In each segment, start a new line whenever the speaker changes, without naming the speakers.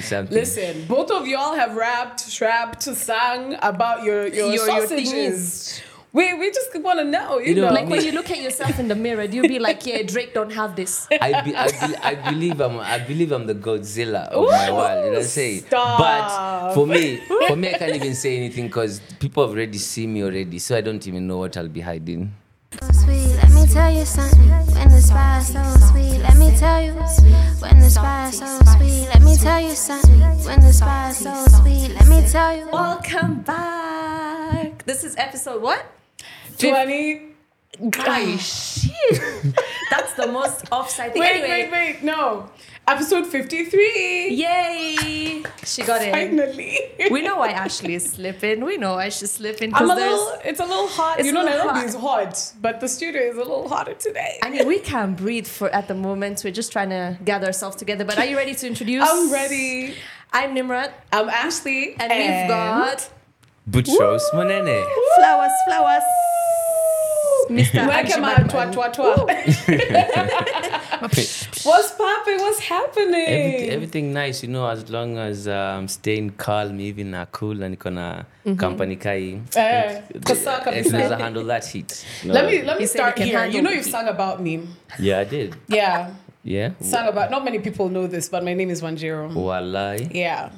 something.
Listen, both of y'all have rapped, rapped, sung about your your,
Your- your
sausages.
thingies.
we we just want to know, you,
You know,
know.
Oh,
Like
me-
when you look at yourself in the mirror, do you be like, yeah, Drake don't have this?
I, be, I, be, I believe I'm I believe I'm the Godzilla of my
Ooh,
world. You know what I'm saying?
stop.
But for me, for me, I can't even say anything because people have already seen me already, so I don't even know what I'll be hiding.
so sweet. Let me tell you something. When the spice so sweet, let me tell you. When the spice so sweet, let me tell you something. When the spice so sweet, let me tell you.
Welcome back. This is episode what?
twenty.
Guys, shit. That's the most offside thing.
Wait,
anyway,
wait, wait, no. Episode fifty three.
Yay! She got it.
Finally.
We know why Ashley is slipping. We know why she's slipping. 'cause
I'm a
there's-
little. It's a little hot.
It's
You
a
know,
little
Nairobi is hot, but the studio is a little hotter today.
I mean, we can't breathe for at the moment. We're just trying to gather ourselves together. But are you ready to introduce?
I'm ready.
I'm Nimrat,
I'm Ashley,
and, we've got
Butros Monene.
flowers, flowers. Mr.
Welcome
Anji
out,
Badman.
twa twa twa. What's popping? What's happening?
Everything, everything nice, you know, as long as um, staying calm, even uh, cool, and gonna company kai.
Mm-hmm. Eh, kasa
It's
kabisa.
to handle that heat. No.
Let me let me
You said
start
you can
here. You
handle
know
the
you've
heat.
sung about me.
Yeah, I did.
Yeah,
Yeah.
sung about. Not many people know this, but my name is
Oh.
Wanjiro.
Wallahi.
Yeah.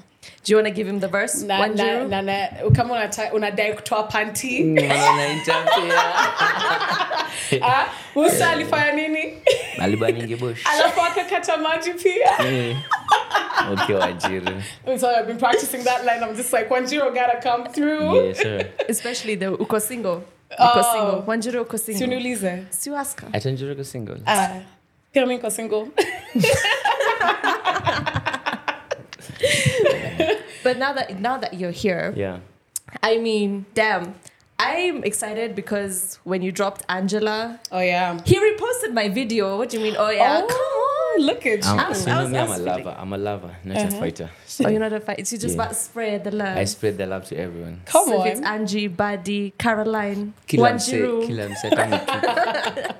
Do you want to give him the verse?
Na,
One
na,
zero?
na, na, kama unata- unadai kutoa
Mm.
panti
Wananaitamkia.
ah, Musa alifanya nini
Aliba nyingi bush.
alafu akakata maji pia
Eh. Okay, Wajiri.
I'm sorry, I've been practicing that line I'm just like Wanjiro gotta come through
Yes, sir.
Especially the uko single. Uko
Oh.
single. Wanjiru uko
Si
single.
uniulize.
Si ask her.
atanjiroko single
Uh,
Ah, pia mi niko single
But now that now that you're here,
yeah
I mean, damn. I'm excited because when you dropped Angela,
oh yeah
he reposted my video. What do you mean? Oh yeah.
come on look at you
I'm,
was-
so no,
I was-
me,
I
I'm a
was
lover. I'm a lover, not a fighter.
Oh, you're not a fight. It's you just
Yeah.
about spread the love.
I spread the love to everyone.
come
So if
on
it's Angie, Buddy, Caroline,
Kila mse,
Wanjiru.
kila mse kama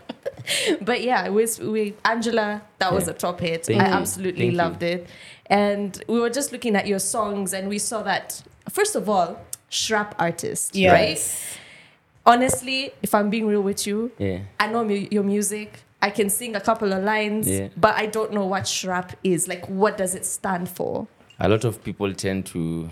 ki-
But yeah, with we Angela, that was
Yeah.
a top hit.
Thank
I
you.
absolutely
Thank you.
loved it. And we were just looking at your songs and we saw that first of all, shrap artist, right?
yes
Honestly, if I'm being real with you,
Yeah.
I know mu- your music. I can sing a couple of lines,
Yeah.
but I don't know what shrap is. Like, what does it stand for?
A lot of people tend to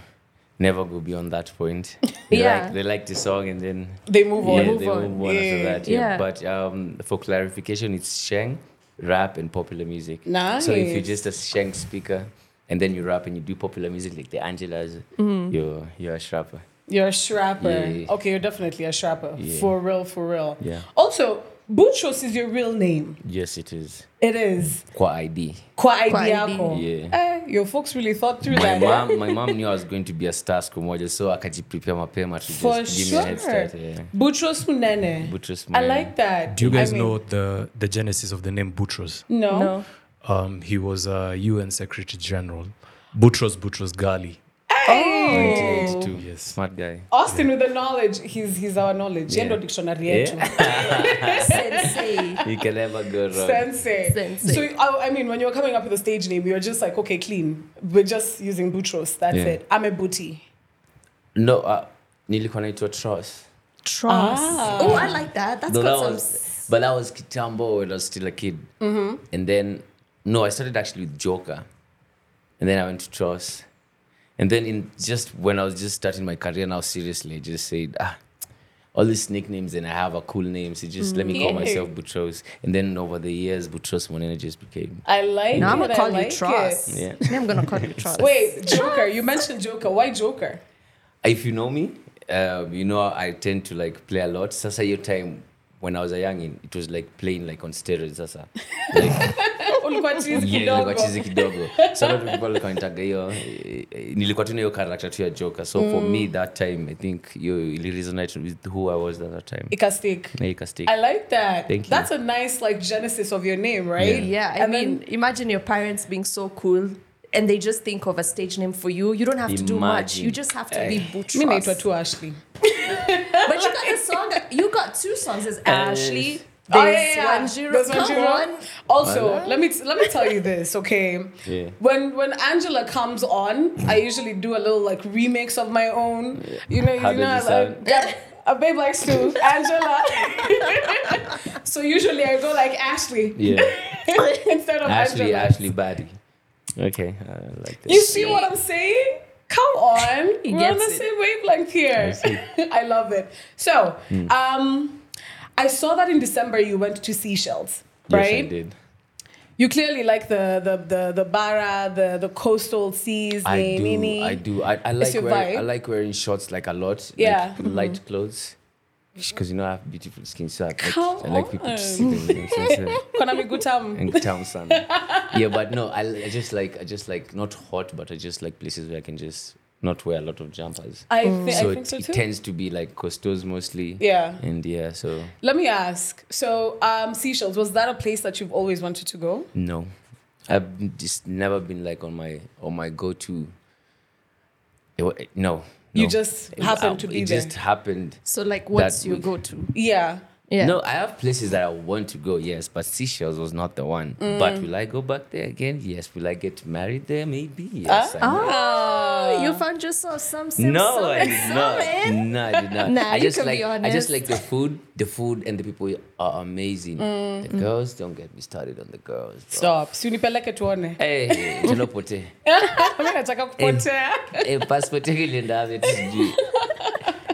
never go beyond that point. They
Yeah.
Like, they like the song and then
they move on
yeah,
move
they
on.
move on after
Yeah.
that. Yeah.
Yeah.
But um, for clarification, it's Sheng, rap, and popular music. So if you're
Nice.
just a Sheng speaker and then you rap and you do popular music like the Angelas,
Mm-hmm.
you're, you're a shrapper.
You're a shrapper.
Yeah.
Okay, you're definitely a shrapper.
Yeah.
For real, for real.
Yeah.
Also, Butros is your real name.
Yes, it is.
It is.
Kwa ID.
Kwa
Kwa
idea.
ID.
Yeah.
Eh, your folks really thought through
my
that.
mom, my mom knew I was going to be a star siku moja, so akajiprepare mapema to
For
just give me a head
sure.
start. Yeah.
Butros Munene.
Buttress
I
Munene.
like that.
Do you guys
I mean,
know the, the genesis of the name Boutros?
No.
No.
Um, he was a UN Secretary General. Boutros Boutros Ghali.
Hey!
1982.
Yes.
Smart guy.
Austin with the knowledge, he's he's our knowledge. Yeah. dictionary eh? yetu.
Sensei.
You can never go wrong.
Sensei.
Sensei.
So I, I mean, when you were coming up with the stage name, you were just like, okay, clean. We're just using Butros. That's
Yeah.
it. I'm a booty.
No, uh, nilikuwa naitwa Trust.
Trust.
Ah.
Oh, I like that. That's
No,
got
that
some.
was, but that was Kitambo when I was still a kid. Mm-hmm. And then, no, I started actually with Joker. And then I went to Trust. And then, in just when I was just starting my career now, seriously, I just said, ah, all these nicknames and I have a cool name. So just let me call
Mm-hmm.
Yeah.
myself Butros. And then over the years, Butros Monene just became.
I like
Now
it.
I'm gonna
I
call
like
you Trust.
it.
Yeah.
Now I'm gonna call you Trust.
Wait, Joker. You mentioned Joker. Why Joker?
If you know me, um, you know I tend to like play a lot. Sasa your time when I was a youngin, it was like playing like on steroids. Sasa.
Ulikuwa chizi
Yeah, nilikuwa chizi
kidogo.
kidogo so a lot of people walikuwa wananitaga hiyo eh, eh, nilikuwa tu na hiyo character tu ya joker so for
Mm.
me that time i think hiyo ili resonate with who i was at that time
Ikastik.
na ikastik
I like that.
Thank you.
That's a nice like genesis of your name, right?
Yeah, I
And
mean,
then-
imagine your parents being so cool and they just think of a stage name for you. You don't have to do much.
Imagine.
You just have to be Butros.
me naitwa tu Ashley.
But you got the song. You got two songs as Ashley
Oh,
There's
yeah, yeah.
Wanjiru.
There's
Come
Wanjiru.
on.
Also, let me let me tell you this, okay?
Yeah.
When when Angela comes on, I usually do a little like remix of my own. You know,
How
you
did
know,
you
like,
sound?
yeah, a babe likes to Angela. so usually I go like Ashley
Yeah.
instead of
Ashley,
Angela.
Ashley Batty. Okay, I like this.
You see what I'm saying? Come on.
He
We're on
gets
the
it.
same wavelength here.
see. Hmm.
I, love it. So, um, I saw that in December you went to Seashells,
Yes,
right?
I did.
You clearly like the the the, the Bara, the, the coastal seas,
I
the
do.
Nini.
I do. I, I like
your
wearing, I
vibe?
like wearing shorts like a lot.
Yeah. Mm-hmm.
Like light clothes. Because you know I have beautiful skin, so I like,
Come
I like people
on.
to see them. you know, so- so-
Konami Gutam.
and town sun. yeah, but no, I, I just like I just like not hot, but I just like places where I can just not wear a lot of jumpers.
I, thi-
so
I think
it,
so
it
too.
tends to be like costos mostly.
Yeah.
And yeah, so
Let me ask. So, um, Seashells, was that a place that you've always wanted to go?
no, I've just never been like on my on my go to. no,
You
no.
just
It-
happened
I-
to be
It
there.
just happened.
So like, what's
That
your
week.
go-to?
Yeah.
Yeah.
No, I have places that I want to go, yes, but Seychelles was not the one.
Mm.
But will I go back there again? Yes. Will I get married there? Maybe. Yes.
Uh,
I
ah.
know.
Oh, you found yourself some some
No,
some,
I did
some
not.
in.
No, I did not.
Nah,
I
you
just
can
like
be
I just
honest.
like the food. The food and the people are amazing.
Mm,
The girls don't get me started on the girls. Bro.
Stop. Si unipeleke tuone.
Eh, Hey, tunapotea.
Mimi nataka
eh,
kupotea.
hey, passport yangu ilienda wapi? Sijui.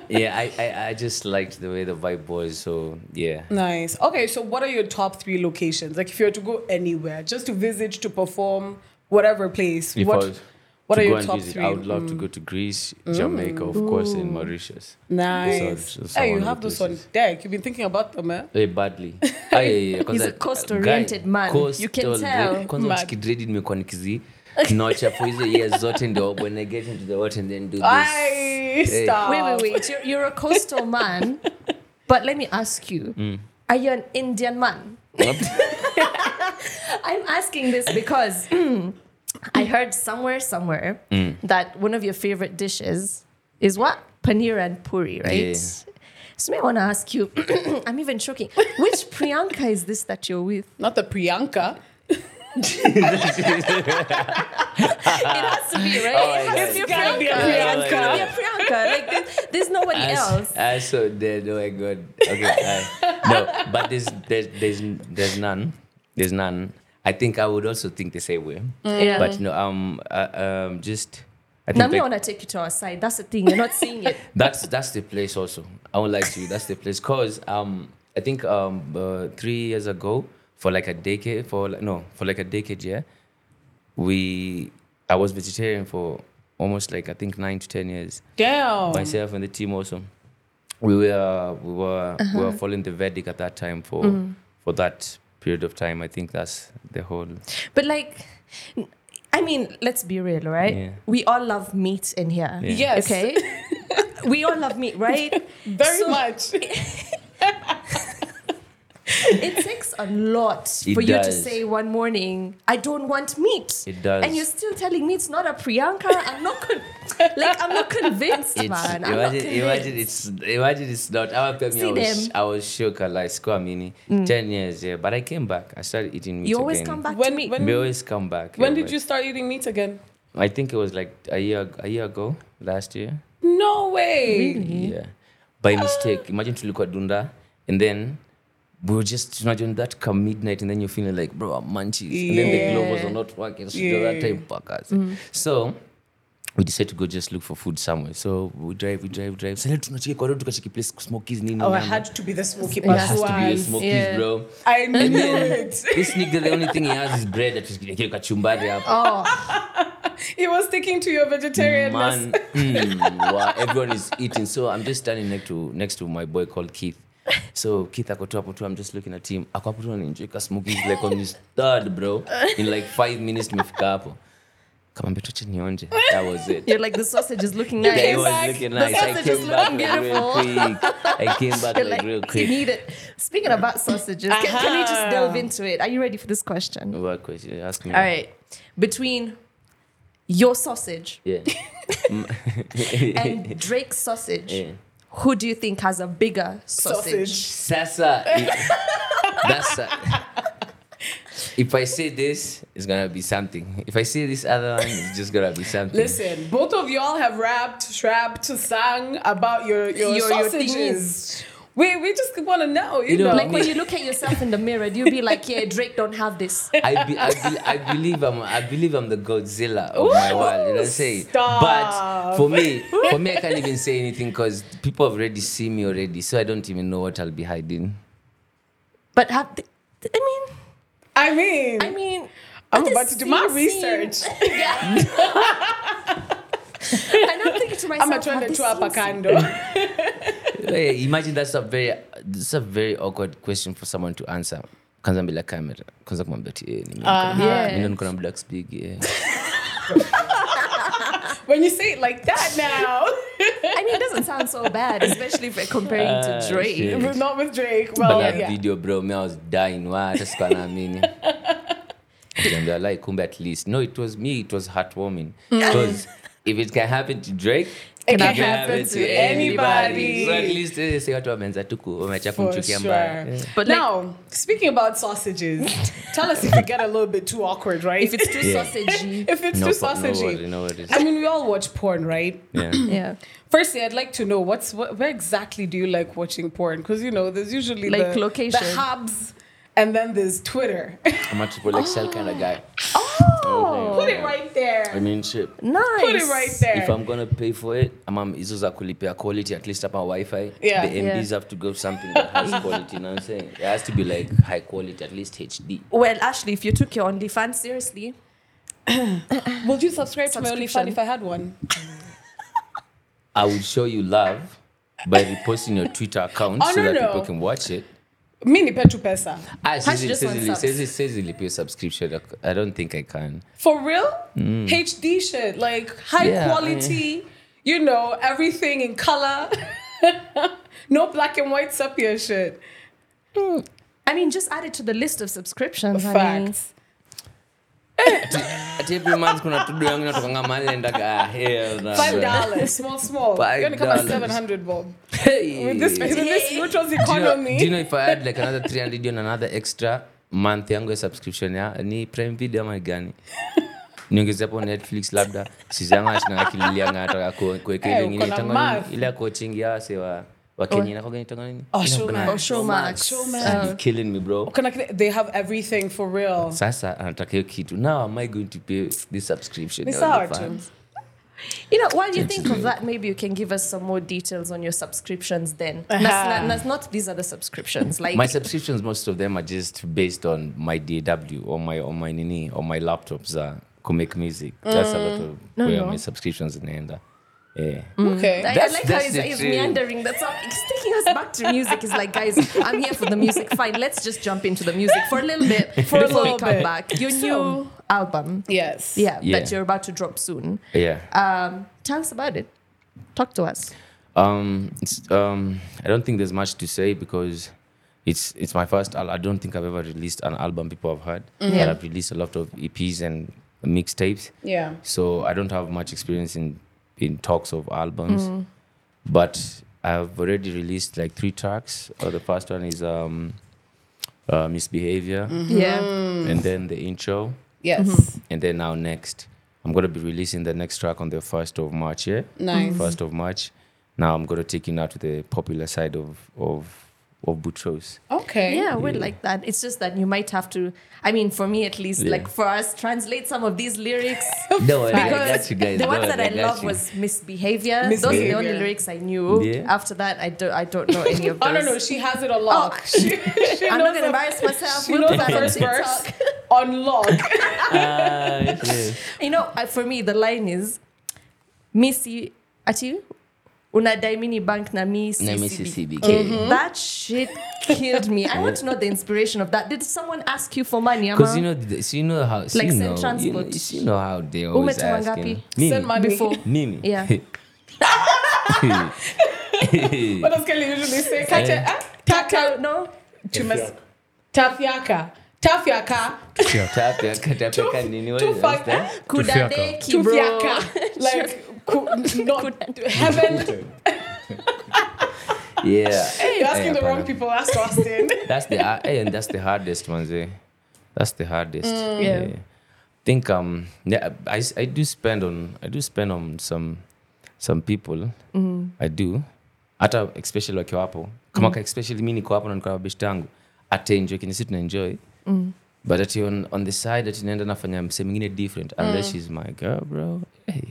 Yeah, I, I I just liked the way the vibe was. So yeah.
Nice. Okay, so what are your top three locations? Like, if you were to go anywhere, just to visit, to perform, whatever place,
If I
what
was
what
to
are
go
your
and
top
visit,
three?
I would love
Mm.
to go to Greece, Jamaica, of course, and Mauritius.
Mm, Nice.
those are
hey, you
one of
have
the
those on
places.
deck. You've been thinking about them, eh?
Eh, badly Ah, yeah, yeah, yeah,
He's
kwanza,
a coast
uh, guy,
oriented man. You can
coastal
tell.
dread- kwanza
Mad.
ukidredi nimekuwa nikizi nocha for hizo years zote ndio when i get into the water and then do
Aye,
this Eh,
stop.
Wait, wait, wait. You're, you're a coastal man, but let me ask you:
Mm.
Are you an Indian man? I'm asking this because I heard somewhere, somewhere
Mm.
that one of your favorite dishes is what paneer and puri, right? So may I want to ask you. I'm even choking. Which Priyanka is this that you're with?
Not the Priyanka.
It has to be right.
Ah. Oh,
it has to
yeah. It's gotta be
be a
a
Priyanka.
Priyanka. It's gotta be a Priyanka. Like there's, there's nobody
I s-
else.
I so dead. Oh my god. Okay. aye. no, but there's there's there's there's none. There's none. I think I would also think the same way.
Yeah.
But no, um, uh, um, just I think
Now me, I
like-
want to take you to our side. That's the thing. You're not seeing it.
that's that's the place also i won't lie to you that's the place because um i think um uh, three years ago for like a decade for like, no for like a decade yeah we i was vegetarian for almost like i think nine to ten years
Damn.
myself and the team also we were we were we were following the verdict at that time for for that period of time i think that's the whole
But like, I mean, let's be real, right?
Yeah.
We all love meat in here.
Yeah.
Yes.
Okay. we all love meat, right?
Very
So
much.
It takes a lot
It
for you to
does.
say one morning, I don't want meat.
It does.
And you're still telling me it's not a Priyanka. I'm not con- like I'm not convinced, man. I'm not
imagine,
convinced.
imagine it's imagine it's not. I was,
See
I was,
them. Mm.
I was shook. I like square mini ten years, yeah. But I came back. I started eating meat.
you always
again.
come back
When-
to meat.
when-
We always come back.
when
yeah,
did
but
you start eating meat again?
I think it was like a year a year ago last year.
No way.
Yeah, by mistake. Imagine to look at Dunda, and then we were just imagine that come midnight, and then you're feeling like, bro, I'm munchies, and then the globals are not working. So yeah. Mm. that
Yeah.
time packers. So we decided to go just look for food somewhere. So we drive, we drive, drive. So let's not go to a place smokies. Nini,
Oh, I
nyama.
had to be the smoky
It has
pants
to be a
one.
smokies,
Yeah.
bro.
I knew
And then
it.
this nigga, the only thing he has is bread that is getting kachumbari up.
Oh,
He was sticking to your vegetarianness.
Man, mm, wow, everyone is eating. So I'm just standing next to next to my boy called Keith. So Keith akotua apotua, I'm just looking at him. Akwapotua anaenjoy smokies like on his third, bro. In like five minutes tumefika hapo. Kamwambia tuache nionje. That was it.
you're like the sausage is looking
Yeah, it
nice.
was
back.
looking
The
nice. I
sausage is
came back like real
looking beautiful.
quick. I came back
You're
like real
like, you
quick.
need it. Speaking about sausages, can, can we just
Uh-huh.
delve into it? Are you ready for this question?
What question? Ask me.
All right. Between your sausage
Yeah.
and Drake's sausage,
yeah.
who do you think has a bigger
Sausage.
sausage?
Sasa, That's uh, if I say this, it's gonna be something. If I say this other one, it's just gonna be something.
Listen, both of y'all have rapped, trapped, sung about your your,
Your- your
sausages.
thingies.
we we just want to know, you,
You know,
know.
Like when you look at yourself in the mirror, do you be like, yeah, Drake don't have this?
I, be, I, be, I believe I'm I believe I'm the Godzilla of my
Ooh,
world. You know what I'm saying?
stop.
But for me, for me, I can't even say anything because people have already seen me already, so I don't even know what I'll be hiding.
But have th- I mean,
I mean,
I mean,
I'm
this
about to do my
scene-
research.
Yeah. and I'm thinking to myself,
I'm trying
have
to
this
trap a
scene-
candle.
Yeah, imagine that's a very that's a very awkward question for someone to answer. Kwanza mbele ya camera, kwanza kumwambia ati, eh, nime-
Ah,
Yeah.
nime- niko na black spig, eh.
when you say it like that now,
I mean, it doesn't sound so bad, especially if we're comparing to Drake.
shit.
We're not with Drake.
But
Well,
that
Oh, yeah.
video bro, me I was dying. Why? Hata sikuwa naamini. Nikiambiwa, like kumbe at least. No, it was me. It was heartwarming. Because if it can happen to Drake,
Mm. It can
can happen
happen
to
to anybody.
anybody. So at least, eh, say oh, watu wameanza tu ku- wameacha
For
kumchukia
sure.
mbaya. Eh.
But like,
now, speaking about sausages, tell us if you get a little bit too awkward, right?
if it's too
Yeah.
sausagey,
if it's
No
too
pro- no
sausagey.
worry, no worries.
I mean, we all watch porn, right?
Yeah.
yeah,
Firstly, I'd like to know what's what, where exactly do you like watching porn? Because you know, there's usually
Like
the,
location.
the hubs, and then there's Twitter.
I'm a triple XL kind of guy.
oh,
Put it right there.
I mean, shit.
nice,
Put it right there.
If I'm gonna pay for it, I'm hizo za kulipia quality at least hapa Wi-Fi.
Yeah.
The MBs have to go something that has quality, you know what I'm saying? It has to be like high quality, at least HD.
Well, Ashley, if you took your OnlyFans seriously,
Would you subscribe to my OnlyFans
Subscription.
if I had one?
I would show you love by reposting your Twitter account
Oh,
so
no,
that
no.
people can watch it.
Mini Petu Pesa.
Ah, says
Hash
it
just
says
one
it
subs.
says it says it'll pay subscription. I don't think I can.
For real? HD shit. Like
Mm.
high
Yeah, I
quality, you know, everything in color. no black and white sepia shit.
I mean, just add it to the list of subscriptions. honey.
Facts.
At every month kuna tudu yangu inatokanga mahali naendaga, ah, hell no,
Five
bro.
dollars. small, small.
Five
You're gonna come at
dollars.
seven hundred, Bob.
Hey.
With this, with this neutral's
Do you know-
economy.
do you know if I add like another 300 and another extra month yangu ya subscription ya ni Prime Video ama gani? Niongeze hapo Netflix labda. Sisi yangu ashina akililia nataka ku- kuweka ile
Eh,
nyingine
uko na
itango nini?
math.
ile ya coaching ya wase wa wa Kenya inakuwa inaitwa nini?
Oh,
Inakuwa na-
showman.
Showmax.
Showmax.
Oh.
You're killing me bro.
Can I- They have everything for real.
Sasa anataka hiyo kitu. Now am I going to pay this subscription?
Ni
ya
sawa
OnlyFans?
tu.
You know, while you think of that, maybe you can give us some more details on your subscriptions then. Nas-
Uh-huh.
nas- not these other subscriptions. Like,
my subscriptions most of them are just based on my DAW or my or my nini or my laptops uh make music that's a lot of where
Mm. no. Mm.
my subscriptions inaenda yeah
Okay.
I, I
That's-
like how
that's
he's,
the
he's
thing.
meandering. That's all. He's taking us back to music. He's like, guys, I'm here for the music. Fine, let's just jump into the music for a little bit
For a
before
little
we come
bit.
back. Your new album,
Yes.
yeah,
Yeah.
that you're about to drop soon.
yeah
Um, tell us about it. Talk to us.
um it's, um i don't think there's much to say because it's it's my first al- i don't think i've ever released an album people have heard but
Mm. Yeah.
i've released a lot of eps and mixtapes
Yeah.
so I don't have much experience in in talks of albums,
Mm.
but I've already released like three tracks. Uh, the first one is um, uh, Misbehavior,
Yeah.
and then the intro,
Yes.
Mm-hmm.
and then now next. I'm gonna be releasing the next track on the first of March. Yeah,
Nice.
first of March. Now I'm gonna take you now to the popular side of of of Butros.
Okay.
Yeah, we're like that. It's just that you might have to, I mean, for me at least,
Yeah.
like for us, translate some of these lyrics.
No, I
Because
got you guys. No,
the ones that I,
got
love
you.
was misbehavior. Those are the
Misbehavior.
only lyrics I knew.
Yeah.
After that, I don't, I don't know any of those.
Oh no no, she has it on lock.
Oh.
she, she knows
I'm not gonna
the-
embarrass myself.
She
Oh, We'll
knows
put
the
that on
first verse
TikTok.
on lock.
Ah, shit.
You know, I- for me, the line is, Missy, ati, unadai mini bank na mi
Let me
CCB."
see CBK.
That shit killed me. I want to know the inspiration of that. Did someone ask you for money?
Because you
ama?
know, th- so you know how, so
Like
you
send
know, you know,
transport.
so you know how they always
Umetoa
ask. you know.
ngapi?
Send money.
before.
Mimi.
Yeah.
What does Kelly usually say? Kacha, ah,
Taka,
taka,
no?
chumas, tafyaka, tafyaka,
Tap ya- tap ya kan nini, what is
tufaka,
that?
Kudadeki, eh? bro.
tufyaka. Like, ku, not heaven.
yeah.
You're asking the wrong
hapana.
people. Ask Austin.
That's the uh, and that's the hardest manze. That's the hardest.
Mm. Yeah.
Think um yeah I, s- I do spend on I do spend on some some people.
Mm-hmm.
I do. Hata especially wakiwa hapo. Kama ka especially mimi niko hapo na niko na beshte yangu. Ata enjoy kenye si tunaenjoy.
Mm.
But ati on, on the side ati naenda nafanya msee mwingine different unless she's my girl bro. Hey.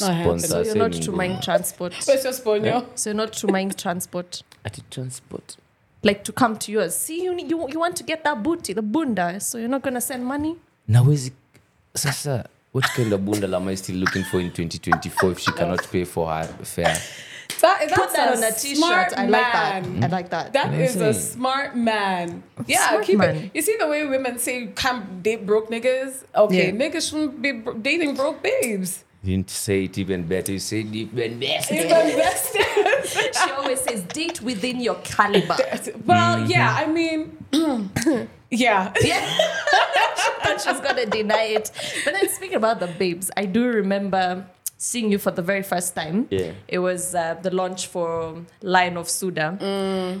not happening.
Sponsor,
So you're
same
Mm. not
ingine.
to mind transport.
Where's your sponio?
So you're not to mind transport.
Ati transport.
Like to come to yours. See, you, need- you, you want to get that booty, the bunda. So you're not going to send money?
nawezi sasa what kind of bunda lam i still looking for in 2024 if she cannot pay for her fare
That, that's
Put that
a
on a t
smart
shirt. I like that. Mm-hmm.
man.
I like that.
That is a
Amazing.
smart man. Yeah,
Smart
keep
man.
it. You see the way women say you can't date broke niggas? Okay,
Yeah.
niggas shouldn't be bro- dating broke babes.
you didn't say it even better you said it even better
It's the best.
she always says, date within your caliber.
well,
Mm-hmm.
yeah, I mean, yeah.
Yeah. and she's gonna deny it. But then speaking about the babes, I do remember seeing you for the very first time.
Yeah.
It was uh, the launch for Lion of Suda.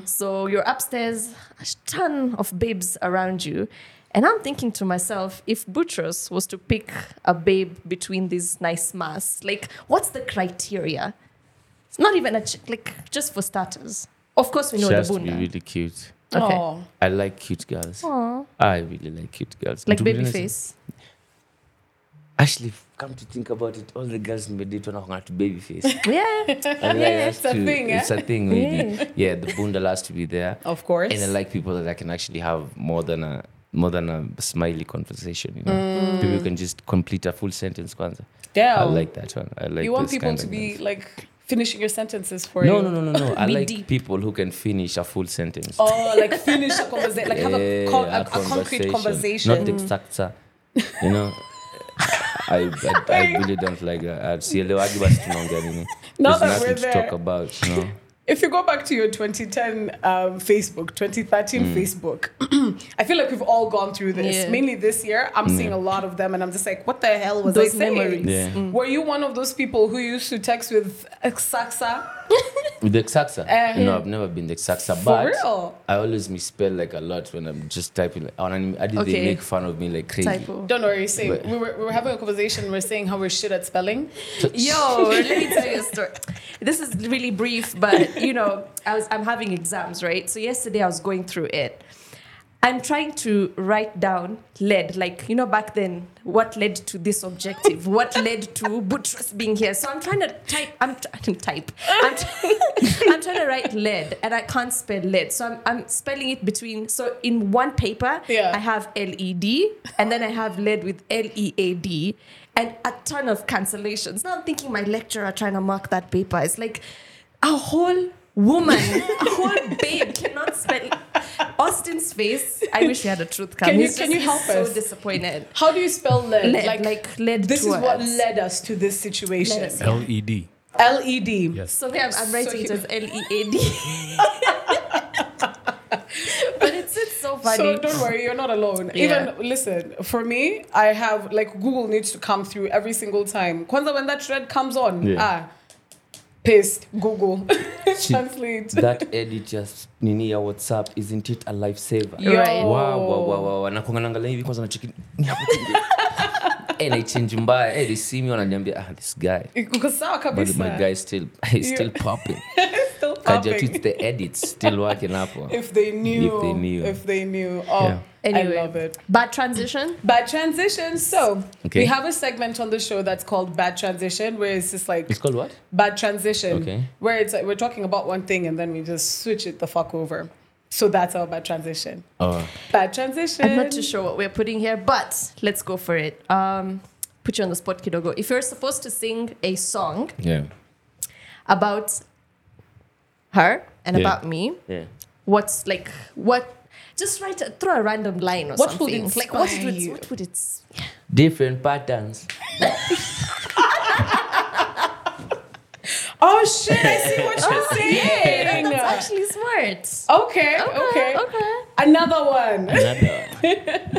So you're upstairs, a ton of babes around you. And I'm thinking to myself, if Butros was to pick a babe between these nice mass, like, what's the criteria? It's not even a, ch- like, just for starters. Of course, we know
she has
the
to be
bunda.
really cute
Okay.
Oh.
i like cute girls
Aw.
i really like cute girls
Like
To be honest,
Babyface.
actually f- come to think about it all the girls nimedate wanakanga to baby face
Yeah.
And
Yeah,
I
it's
have
a
to-
thing, eh?
it's a thing really yeah. the bunda has to be there
Of course.
and I like people that I can actually have more than a more than a smiley conversation. You know, people who can just complete a full sentence. Kwanza. I
Damn.
like that one. I like.
Oh. you want
those
people
kind
to
of
be
guys.
like finishing your sentences for
No,
you.
no, no, no, no. I
Be
like
deep.
people who can finish a full sentence.
Oh, like finish a conversation, like have a,
Yeah,
con- a, a concrete
Not
conversation.
the structure. You know. I, I, I really don't like that. Sielewagi basi tunaongea nini.
Now
There's
that we're
nothing to
there.
talk about, you know.
If you go back to your 2010 um, Facebook, 2013
Mm.
Facebook, I feel like we've all gone through this.
Yeah.
Mainly this year, I'm seeing a lot of them, and I'm just like, what the hell was
Those
I saying?
memories. Mm.
Yeah.
Were you one of those people who used to text with Saxa?
With the Xaxa?
Eh.
no, I've never been the Xaxa,
For
but
real?
I always misspell like a lot when I'm just typing. Like, and I did
Okay.
they make fun of me like crazy?
Typo.
Don't worry, same.
But-
We, were, we were having a conversation. We are saying how we're shit at spelling.
Yo, let me tell you a story. This is really brief, but you know, I was I'm having exams, right? So yesterday I was going through it. I'm trying to write down led, like you know, back then, what led to this objective, what led to Buttress being here. So I'm trying to type. I'm trying to type. I'm, try- I'm trying to write lead, and I can't spell lead. So I'm, I'm spelling it between. So in one paper,
Yeah.
I have LED, and then I have lead with L E A D, and a ton of cancellations. Now I'm thinking my lecturer trying to mark that paper. It's like a whole woman, a whole babe cannot spell. Austin's face. I wish we had a truth cam.
Can you-
He's
can
just-
you
he's
help
so
us?
disappointed.
How do you spell lead?
Led, like led
This is what
towards.
led us to this situation.
Led us, yeah.
LED.
L E D.
Yes.
So there, I'm, I'm
So
writing
you-
it as L E A D. But it's it's so funny.
So don't worry, you're not alone.
Yeah.
Even listen, for me, I have like Google needs to come through every single time. Kwanza when that thread comes on,
Yeah.
ah, paste Google
She-
translate.
that edit just nini ya WhatsApp, isn't it a lifesaver?
Yo.
Right.
Wow,
Oh.
wow, wow, wow. Nakuanga naangalia hivi kwanza nacheki ni hapo tu ndio. Eh, naichange mbaya. Eh, they see me wananiambia, ah, this guy.
Uko sawa
But my
kabisa.
guy still, he's still popping.
Still
Kaja tu,
popping.
it's the edits still working hapo.
If they knew,
If they knew.
if they knew. Oh,
Yeah.
Anyway.
I love it.
Bad transition.
Bad transition. So
Okay.
we have a segment on the show that's called Bad Transition, where it's just like
It's called what?
bad transition
Okay.
where it's like we're talking about one thing and then we just switch it the fuck over so that's our bad transition
Oh,
bad transition
I'm not too sure what we're putting here, but let's go for it. Um, put you on the spot, Kidogo. If you're supposed to sing a song
yeah.
about her and
Yeah.
about me,
Yeah.
what's like what? Just write a, throw a random line or
What would
something.
inspire
like what would
you?
it, what would it? s-
Different patterns.
oh shit i see what you're
Oh, Yeah,
saying
that's actually smart.
okay okay,
Okay.
another one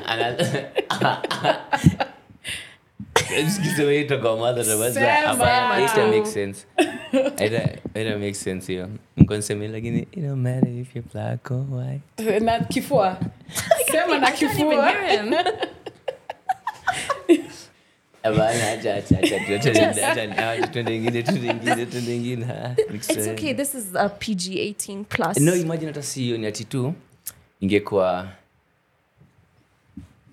Another one. Another. Excuse me, toka mother na baza.
Sema
Hapana,
tu.
Ita make sense. Ita ita make sense hiyo. Mkonsemi lakini it don't matter if you're black or white.
na kifua sema na
I can't even
kifua
hear him.
Hapana, acha acha acha. Acha acha. Acha twende ingine, twende ingine, twende ingine. Ah, makes
It's
sense.
okay. This is a PG 18 plus.
no imagine hata siyo ni ati tu ingekuwa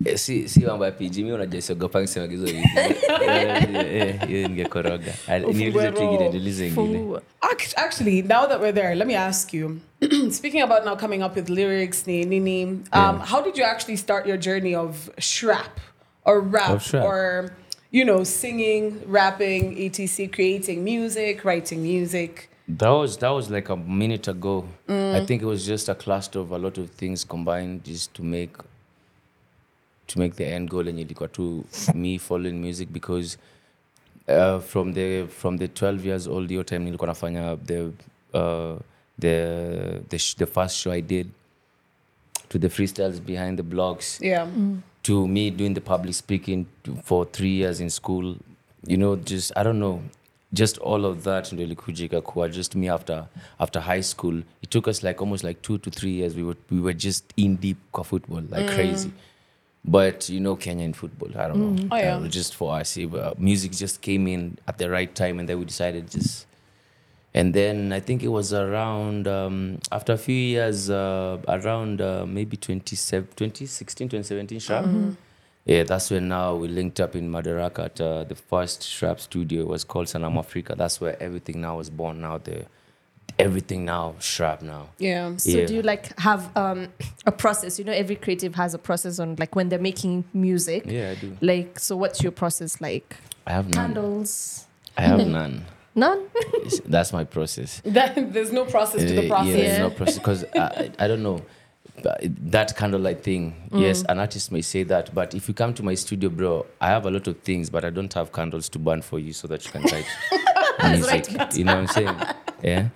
Eh, si si mambo ya pg mi unajasiogopa nsemagizo Eh, hiyo ningekoroga Al- niulize tu ingine niulize ingine
Fungua.
Act- actually now that we're there let me ask you speaking about now coming up with lyrics ni nini um, how did you actually start your journey of shrap or rap
Of shrap.
or you know singing rapping etc creating music writing music
That was that was like a minute ago. I think it was just a cluster of a lot of things combined just to make to make the end goal and ilikuwa tu me following music because uh, from the from the 12 years old hiyo time nilikuwa nafanya the uh, the the, sh- the first show I did to the freestyles behind the blocks
yeah
Mm.
to me doing the public speaking to, for three years in school, you know, just I don't know, just all of that and Kujika just me after after high school. It took us like almost like two to three years. We were we were just in deep kwa football like
Mm.
crazy. But you know Kenyan football, I don't know.
Oh, yeah.
Uh, just for us, it- uh, music just came in at the right time, and then we decided just and then I think it was around um, after a few years, uh, around uh, maybe 27 2016, 2017 sharp. Yeah, that's when now we linked up in Madaraka at uh, the first sharp studio. It was called Sanam Africa. That's where everything now was born. Now the everything now sharp now.
yeah
So
Yeah.
do you like have um, a process? You know, every creative has a process on like when they're making music.
Yeah, I do.
Like, so what's your process like?
I have none.
Candles?
I have none.
None?
It's- that's my process.
that, there's no process to
Uh,
the process
Yeah, there's no process because I, I don't know but that candlelight thing.
Mm.
Yes, an artist may say that, but if you come to my studio, bro, I have a lot of things, but I don't have candles to burn for you so that you can light music. You know what I'm saying? Yeah.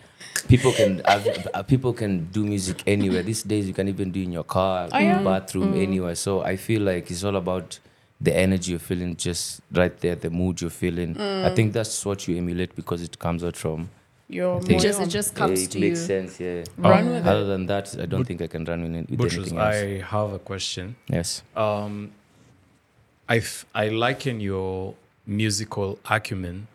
People can I've, uh, people can do music anywhere. These days, you can even do in your car,
Oh,
in your bathroom,
Mm.
anywhere. So I feel like it's all about the energy you're feeling, just right there, the mood you're feeling.
Mm.
I think that's what you emulate because it comes out from
Your
It
Just,
moyo.
it just
yeah,
comes
it
to
makes
you.
sense, yeah.
Run with
Other than that, I don't think I can run with, any- with
Butchers,
anything else.
I have a question.
yes.
um, I, f- I liken your musical acumen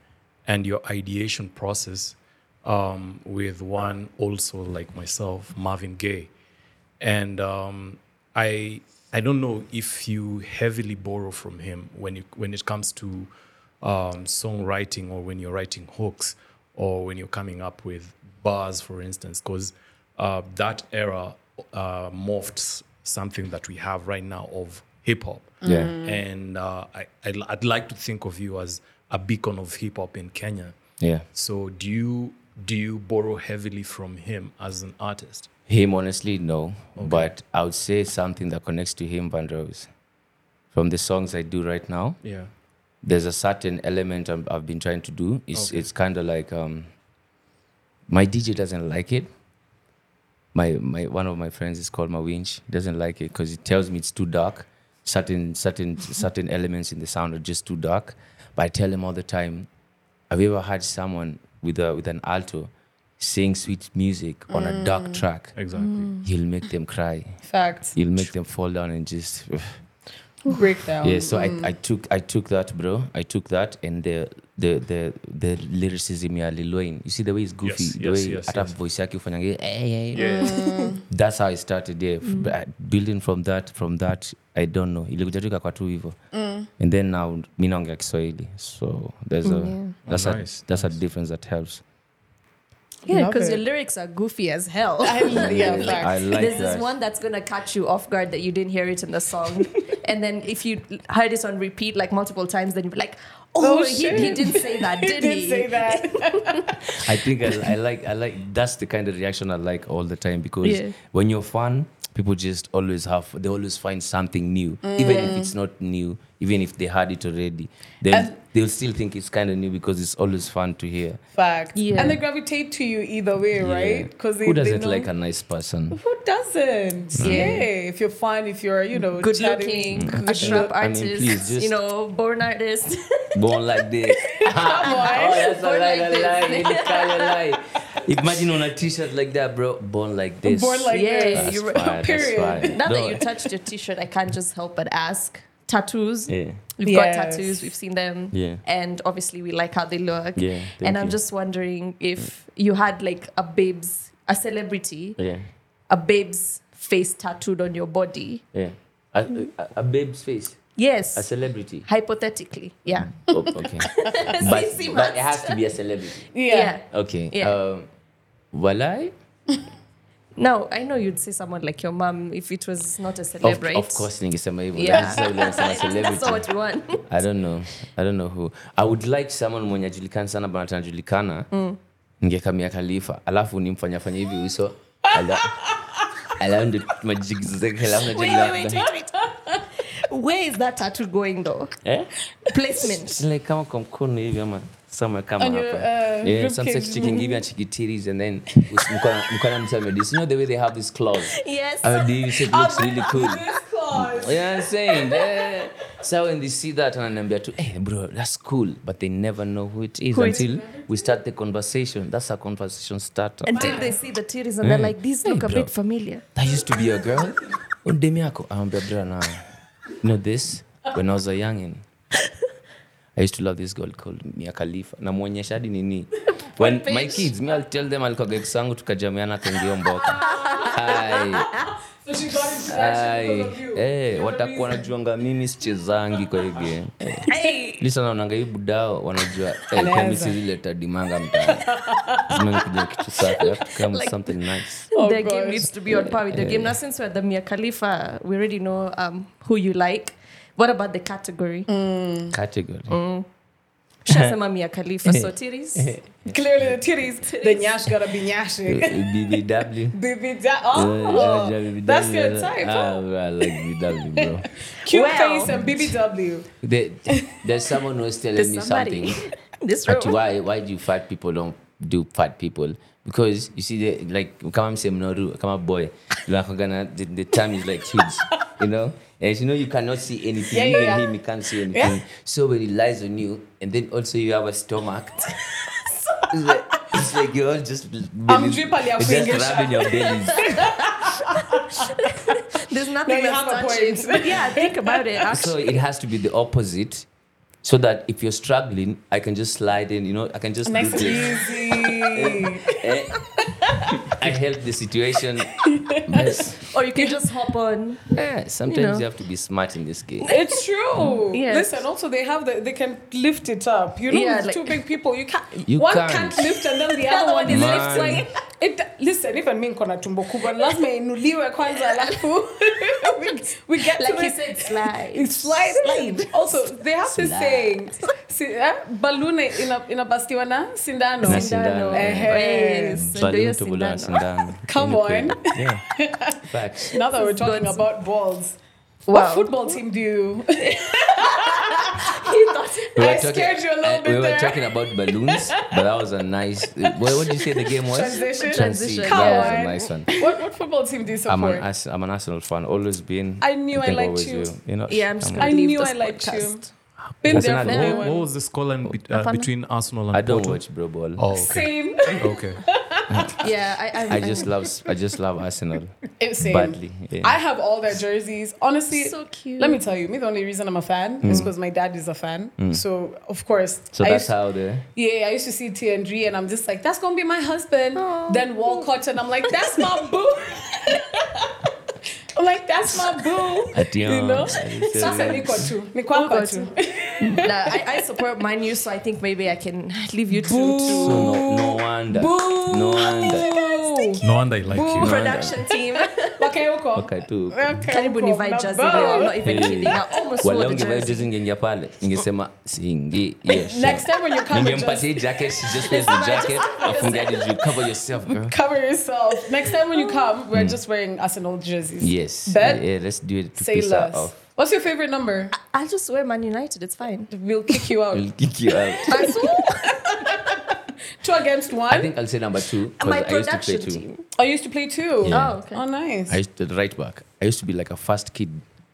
and your ideation process um, with one also like myself, Marvin Gaye. And um, I, I don't know if you heavily borrow from him when, you, when it comes to um, songwriting or when you're writing hooks or when you're coming up with bars, for instance, because uh, that era uh, morphed s- something that we have right now of hip hop.
Yeah.
And uh, I, I'd, li- I'd like to think of you as a beacon of hip hop in Kenya.
Yeah.
So do you do you borrow heavily from him as an artist?
Him, honestly, no. But I would say something that connects to him, Van Rose. From the songs I do right now,
Yeah.
there's a certain element I'm, I've been trying to do. It's, it's kind of like um, my DJ doesn't like it. My, my one of my friends is called Mawinch. He doesn't like it because he tells me it's too dark. Certain certain certain elements in the sound are just too dark. But I tell him all the time, have you ever heard someone with a with an alto sing sweet music on a dark track?
Exactly.
He'll make them cry.
facts
He'll make them fall down and just
breakdown
yeah, so I, I took I took that, bro. I took that and the the the the lyricism ya Lil Wayne. You see the way it's goofy,
Yes,
the
yes,
way
yes,
hata
yes. Mm.
voice yake ufanya nge- eh, eh, eh.
Yeah.
That's how I started yeah. F- uh, Building from that from that I don't know. Ilikuja tu ikakuwa tu hivyo. And then now mi naongea Kiswahili. So there's a that's
Oh,
a
nice,
that's a difference that helps.
Yeah,
Love
because your
it.
lyrics are goofy as hell.
I, yeah,
Like,
facts.
I like
There's
that.
this one that's gonna catch you off guard that you didn't hear it in the song, and then if you heard it on repeat like multiple times, then you'd be like, "Oh,
Oh,
he,
shit.
he didn't say that,
He
did
did say that
I think I, I like I like that's the kind of reaction I like all the time because
Yeah.
when you're fun, people just always have
Mm.
they always find something new, even if it's not new, even if they had it already. Then
And-
they'll still think it's kind of new because it's always fun to hear.
Fact.
Yeah.
And they gravitate to you either way, right? Because they
Who
they
doesn't
know-
like a nice person?
Who doesn't?
Mm.
Yeah. If you're fun, if you're, you know,
Good
chatty.
looking, a shrub
I mean,
artist,
please, just-
you know, born artist.
Born like this.
Come
oh,
on.
that's a lie, a lie, any kind of lie. Imagine on a t-shirt like that, bro. Born like this.
Born like
Yeah,
this.
that's
you're-
fine,
period.
That's fine.
now that
Don't-
you touched your t-shirt, I can't just help but ask. Tattoos.
yeah.
We've
Yes.
got tattoos. We've seen them.
Yeah.
And obviously, we like how they look.
Yeah,
And
thank
I'm
you.
just wondering if you had like a babe's, a celebrity,
Yeah.
a babe's face tattooed on your body.
Yeah. A, a, a babe's face.
Yes.
A celebrity.
Hypothetically, yeah.
Oh, okay. but, but it has to be a celebrity.
Yeah.
Okay.
Yeah.
Um, will I?
No, I know you'd say someone like your mom if it was not a
Of,
celebrity.
of course, ningesema hivyo.
Yeah.
Lazima niseme celebrity.
That's not what we want.
I don't know. I don't know who. I would like someone mwenye ajulikani sana but anajulikana mm. ngekamia Khalifa alafu nimfanyafanya hivi uso ala- alafu ndo majigs zake alafu
wait,
najua-
wait, wait, wait, wait. Where is that tattoo going though?
Eh?
Placement.
Like kama kwa mkono hivi ama somewhere kama
On your,
hapa.
uh,
yeah,
rib
some sex
cage.
chicken give you chickitiris and then usi- mkono mkono mtu amedis. You know the way they have this claws.
Yes.
I mean, they say it looks really cool.
This clause.
You know what I'm saying? Yeah. So when they see that and I'm like, hey, bro, that's cool. But they never know who it is
Who it-
until we start the conversation. That's a conversation starter.
Until they see the titties and they're
Mm.
like, these look a
bro.
bit familiar.
that used to be a girl. Undemiako. I'm bro now. You know this? When I was a youngin, I used to love this girl called Mia Khalifa. Namwonyesha hadi nini. When my kids, me I'll tell them I'll kagek sangu tukajamiana kengio mboka. Aye.
So she got into that shit
Ai,
because of you.
eh, watakuwa wanajuanga mimi sichezangi kwa hii game lisa naonanga hii budao wanajua eh, kumbe
Anaweza.
sizileta dimanga mtaani zimenikuja kitu safi I have to come with
Like-
something nice
Oh,
their
gosh.
game needs to be on par with the game. Now, since we're at the Mia Khalifa, we already know um, who you like. What about the category?
Mm. category
Mm.
Shasama Mia Khalifa, so titties.
Clearly the titties. The nyash gotta be nyashing.
Eh, BBW
BB
Eh,
da- oh,
unajua BBW,
that's your
eh,
type. huh?
ah, bro, I like BBW bro
Cute
Well.
face and BBW.
There- there's someone who was telling
There's
me
somebody
something
in this
But
room.
why why do fat people don't do fat people? Because you see, the, like kama mse mnoru kama boy, gonna the, the time is like huge, you know. And you know you cannot see anything.
Yeah,
Even
yeah.
him, he can't see anything. So when it lies on you, and then also you have a stomach. it's, like, it's like you're all just bellies-
drip ali ya
you're just
kuingisha.
rubbing your bellies.
There's
No,
nothing
you have a
that's touching.
point.
yeah, think about it.
so
Actually,
it has to be the opposite. So that if you're struggling, I can just slide in. You know, I can just do
Nice and
this.
easy.
Eh, I help the situation. Yes.
or you can just hop on.
Yeah, sometimes you,
know.
have to be smart in this game.
It's true.
Yeah.
Listen, also they have the they can lift it up. You know,
Yeah,
with
like-
two big people, you can't
You
one
can't.
can't. lift and then the other one is
Man.
lifting. It listen, even me nkona tumbo kubwa lazima inuliwe kwanza alafu we, we get to
Like you
it.
said, slide.
It's slide, slide. Also, they have this
Slide.
saying, si, eh, balloon ina inabastiwa na sindano.
Na
Sindano.
sindano.
Yes.
But
ndio
you to
sindano.
balance down.
Come on.
Yeah. Facts.
Now that we're talking
God's-
about balls,
Wow.
what football team do you?
He thought-
I scared you a little
uh,
bit
we
there.
were talking about balloons, but that was a nice. uh, What, what did you say the game was?
Transition.
Transition.
That
Come
was a
on.
nice one.
what, what football team do you
I'm
support?
an, Ars- I'm an Arsenal fan. Always been.
I knew I
think
liked
always
you.
will. you know,
yeah, I'm just
come
gonna
on.
I
leave
knew
this
I liked you.
podcast.
Been
That's
there
another
for
one.
What, what
everyone.
was the scoreline be- uh, between Arsenal and
I don't
Porto?
watch bro ball.
Oh, okay.
Same.
okay.
Yeah, I, I,
I just love. I just love Arsenal
It's same.
badly. Yeah.
I have all their jerseys. Honestly,
So cute.
Let me tell you, me the only reason I'm a fan is because my dad is a fan. So of course,
Mm. so
I
that's
used-
how the.
yeah, I used to see TNG, and I'm just like, that's gonna be my husband. Then Walcott, and I'm like, that's my boo. I'm like, that's my boo.
oh,
You know, sasa niko tu, ni kwako tu.
Nah, I, I support my news, so I think maybe I can leave you two to
So no, no wonder.
Boo.
No wonder.
Boo.
No wonder I like
Boo.
you.
production team.
Okay, uko.
Okay, tu.
Okay,
Karibu
uko.
nivae
Na
jazi
boo.
leo. I'm not even
Hey.
kidding. I almost wore
Wala
the
ungevaa
jersey.
jezi ingeingia pale ningesema siingi
Next time when you come, with
ningempatia hii
just
jacket she just wears the jacket afunge hadi juu cover yourself girl
cover yourself.
Mm.
Next time when you come, we're just wearing Arsenal jerseys.
yes
Bet.
yeah, let's do it to
Say
piss her
less.
off
What's your favorite number?
I'll just wear Man United. It's fine.
We'll kick you out.
I'll kick you out.
two against one.
I think I'll say number two
My
because I used to play
production
two.
team.
I used to play two.
Yeah.
Oh, okay.
Oh, nice.
I used to right back. I used to be like a fast kid.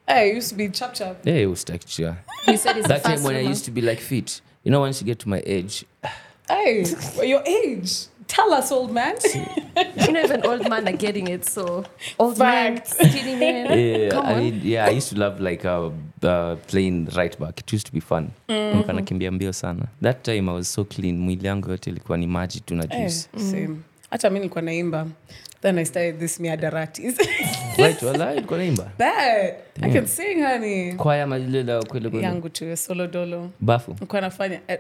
Hey, I used to be chop chop.
Yeah, it was texture.
You said it's
That
the
time
first
when I
woman.
used to be like fit. You know, once you get to my age,
Hey, well, your age. Tell us, old man.
You know, even old man are getting it. So old
Fact.
man, skinny man.
yeah,
Come
I
on.
mean, yeah, I used to love like uh, uh, playing right back. It used to be fun. Nilikuwa nakimbia mbio sana. That time I was so clean. Mwili yangu yote ilikuwa ni maji tu na
hey,
juice.
same. Hata mi nilikuwa naimba. Then I started this miadaratis.
Right, wala ilikuwa naimba.
Bad. I can sing, honey.
Kwaya majile la kwele kwele.
Yangu tu, solo dolo.
Bafu.
Nilikuwa nafanya. eh,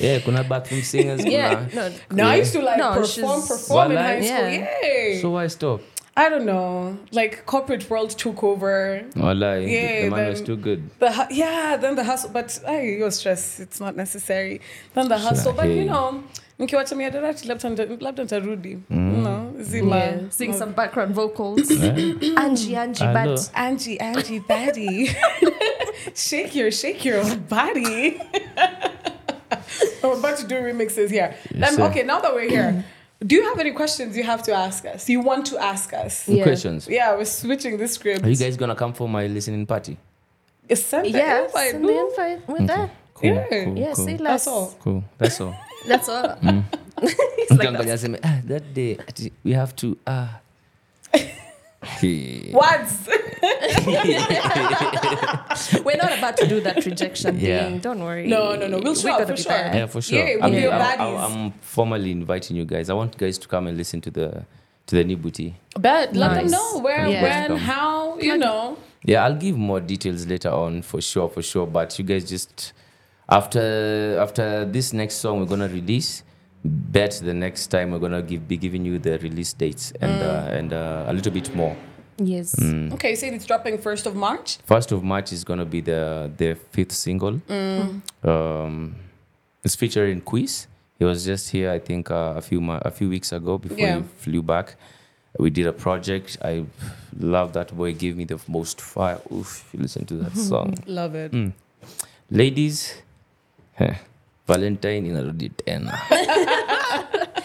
Yeah, kuna bathroom singers
Yeah,
kuna.
no.
No, I used to like
No,
perform,
she's-
perform in
Walai.
high school.
Yeah.
Yay.
So why stop?
I don't know. Like corporate world took over.
Wala,
Yeah,
the man was
then-
too good.
The hu- yeah, then the hustle, but hey, your stress, it's not necessary. Then the hustle, but you
hey. Mm.
know, nikiwacha miadarati labda nita- labda nitarudi no zima
Yeah, sing some background vocals.
Yeah.
Angie, Angie,
Hello.
but
Angie, Angie, Daddy, shake your, shake your body. we're about to do remixes here.
Yes,
um,
sir.
okay, now that we're here, do you have any questions you have to ask us? You want to ask us?
Yeah.
Questions.
Yeah, we're switching the script.
Are you guys gonna come for my listening party?
Send the
yeah,
invite,
send the
boo.
invite. We're there.
Cool,
Yeah.
cool,
Yeah,
cool. Hmm.
see,
That's
let's.
all.
Cool. That's all.
That's all. He's like,
Mtangazaji aseme, "Ah, that day ati, we have to ah." Hey.
Words.
We're not about to do that rejection
Yeah.
thing. Don't worry.
No, no, no. We'll show
We're
up
gonna
for
be
sure.
there.
Yeah, for sure.
Yeah,
I
we'll
mean,
be your
I'm, I'm-
baddies.
I'm formally inviting you guys. I want you guys to come and listen to the to the new booty.
But let them
Nice.
know where,
Yeah.
when,
Welcome.
how, you know.
Yeah, I'll give more details later on for sure, for sure. But you guys just after after this next song we're gonna release. Bet the next time we're gonna give be giving you the release dates and uh, and uh, a little bit more.
Yes.
Hmm. Mm.
Okay, you said it's dropping 1st of March.
First of March is gonna be the the fifth single.
Mm.
Um, it's featuring Quiz. He was just here, I think, uh, a few mo- a few weeks ago before
Yeah.
he flew back. We did a project. I love that boy. Gave me the most fire. Oof! You listen to that song,
Love it.
Mm. ladies. heh, Valentine inarudi tena.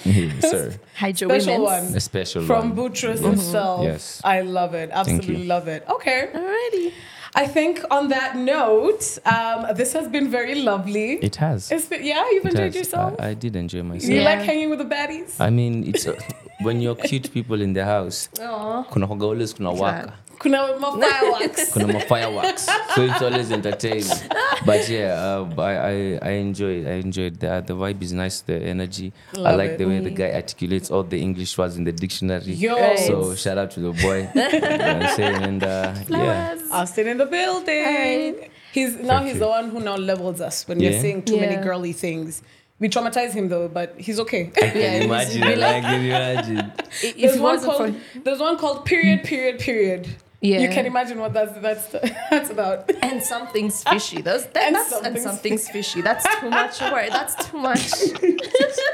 Yeah, Sir,
Hydro
Special
Women's.
one.
Mm, a special
From
one.
Buttress himself.
Mm-hmm. Yes.
I love it. Absolutely
you.
love it. Okay.
Alrighty.
I think on that note, um, this has been very lovely.
It has.
It's been, yeah, you've
It
enjoyed
has.
yourself.
I, I did enjoy myself.
Do you
Yeah.
like hanging with the baddies?
I mean, it's uh, when you're cute people in the house.
Aw.
kuna kwaga always kuna waka
Kuna ma fireworks.
kuna ma fireworks so it's always entertaining but yeah um, I, I, I enjoy it I enjoy it the, the vibe is nice the energy I
Love
like
it. Mm-hmm.
the way the guy articulates all the English words in the dictionary
Yo.
so shout out to the boy you know what I'm saying and uh, yeah
Flowers.
Austin in the building.
Alright.
He's now
Thank
he's
you.
the one who now levels us when we're
Yeah.
saying too many
Yeah.
girly things. We traumatize him though, but he's okay.
can you
Yeah,
imagine I like can you imagine
If
There's
it
one
wasn't
called
for
there's one called period period period.
Yeah.
You can imagine what that's that's that's about.
and something's fishy. Those that,
And
that's Ah, and
something's-
something's fishy. That's too much work. That's too much.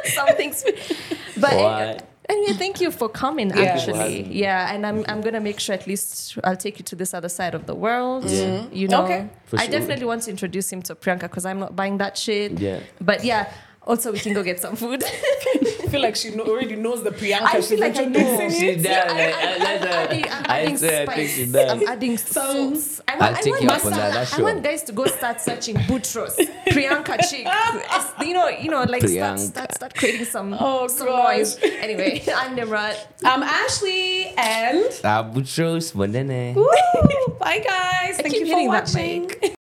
something's. fi- But anyway,
What?
anyway, thank you for coming.
Yeah.
Actually, yeah, and I'm I'm gonna make sure at least I'll take you to this other side of the world.
Yeah.
You know,
Okay.
For
I
sure.
definitely want to introduce him to Priyanka because I'm not buying that shit.
Yeah.
but yeah. Also, we can go get some food.
I feel like she know, already knows the Priyanka.
I
she's
feel like I know.
introducing
she
it.
does
adding- I'm
I
adding
say I think she
spice.
does
I'm adding
Some-
sauce. I
I'll take you up on that,
masala.
that's
I
sure.
want guys to go start searching Butros, Priyanka Chick. It's- You know, you know, like start,
Priyanka.
start, start creating some,
Oh,
some
gosh.
noise. Anyway, I'm Nimrat.
I'm Um, Ashley and
Abutros Manene
Woo! bye guys. Thank
keep
you for
hitting that
watching.